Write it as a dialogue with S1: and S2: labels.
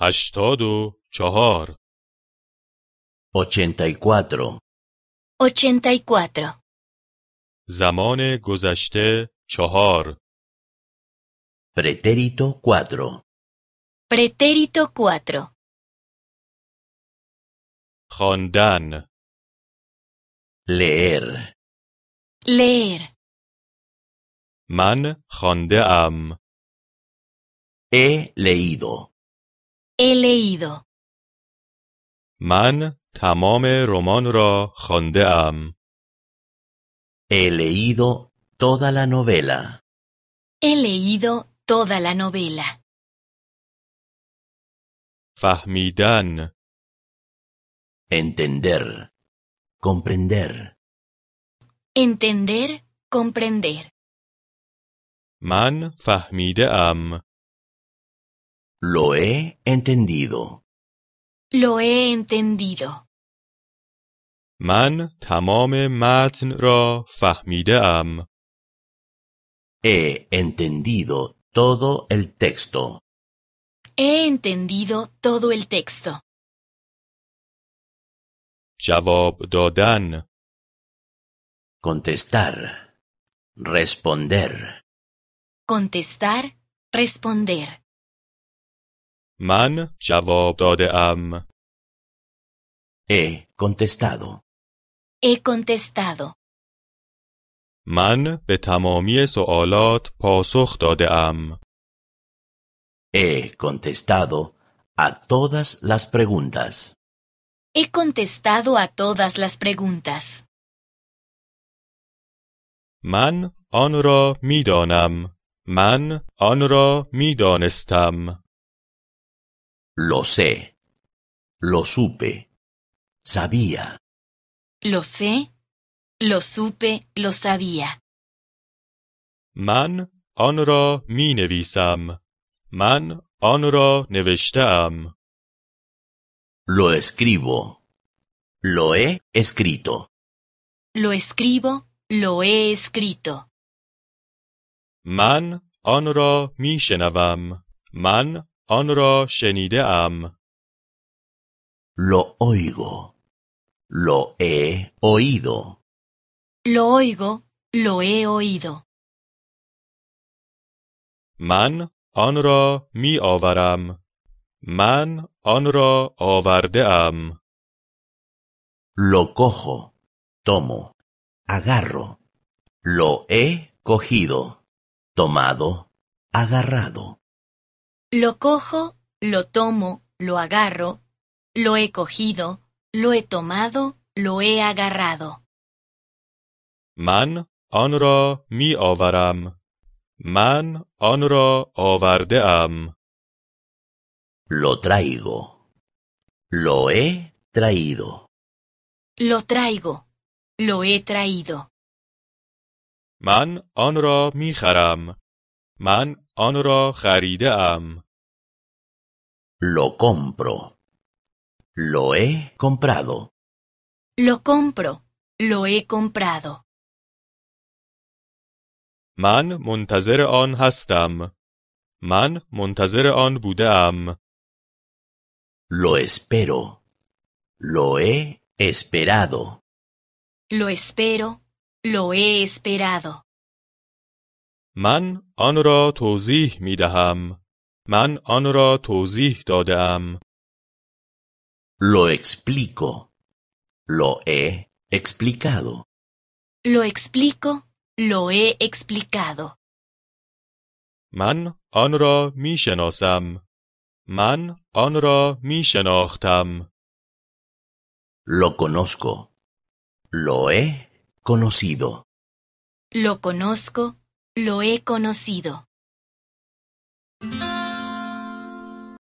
S1: هشتاد و چهار
S2: 84.
S3: 84.
S1: زمان گذشته چهار
S2: Pretérito 4.
S3: Pretérito 4.
S1: خواندن
S2: Leer.
S3: Leer.
S1: من خانده ام
S2: He leído.
S3: He leído.
S1: من تمام رمان را خانده ام
S2: He leído toda la novela.
S3: He leído toda la novela.
S1: فهمیدن
S2: Entender. Comprender.
S3: Entender, comprender.
S1: من فهمیده ام
S2: Lo he entendido.
S3: Lo he entendido.
S1: من تمام متن را فهمیده ام
S2: He entendido todo el texto.
S3: He entendido todo el texto.
S1: جواب دادن
S2: Contestar. Responder.
S3: Contestar, responder.
S1: من جواب داده ام
S2: He contestado.
S3: He contestado.
S1: من به تمامی سوالات پاسخ داده ام
S2: He contestado a todas las preguntas.
S3: He contestado a todas las preguntas.
S1: من آن را میدانم من آن را میدانستم
S2: Lo sé. Lo supe. Sabía.
S3: Lo sé, lo supe, lo sabía.
S1: من آن را می نویسم من آن را نوشتم
S2: Lo escribo. Lo he escrito.
S3: Lo escribo, lo he escrito.
S1: من آن را می شنوم من آن را شنیده ام
S2: Lo oigo. Lo he oído.
S3: Lo oigo, lo he oído.
S1: من آن را می آورم من آن را آورده ام
S2: Lo cojo. Tomo. Agarro. Lo he cogido. Tomado. Agarrado.
S3: Lo cojo, lo tomo, lo agarro, lo he cogido, lo he tomado, lo he agarrado.
S1: من آن را می آورم من آن را آورده ام
S2: Lo traigo. Lo he traído.
S3: Lo traigo, lo he traído.
S1: من آن را می خرم من آن را خریده ام
S2: Lo compro. Lo he comprado.
S3: Lo compro, lo he comprado.
S1: من منتظر آن هستم من منتظر آن بوده ام
S2: Lo espero. Lo he esperado.
S3: Lo espero, lo he esperado.
S1: من آن را توضیح می دهم من آن را توضیح داده ام
S2: Lo explico. Lo he explicado.
S3: Lo explico, lo he explicado.
S1: من آن را می شناسم من آن را می شناختم
S2: Lo conozco. Lo he conocido.
S3: Lo conozco, lo he conocido.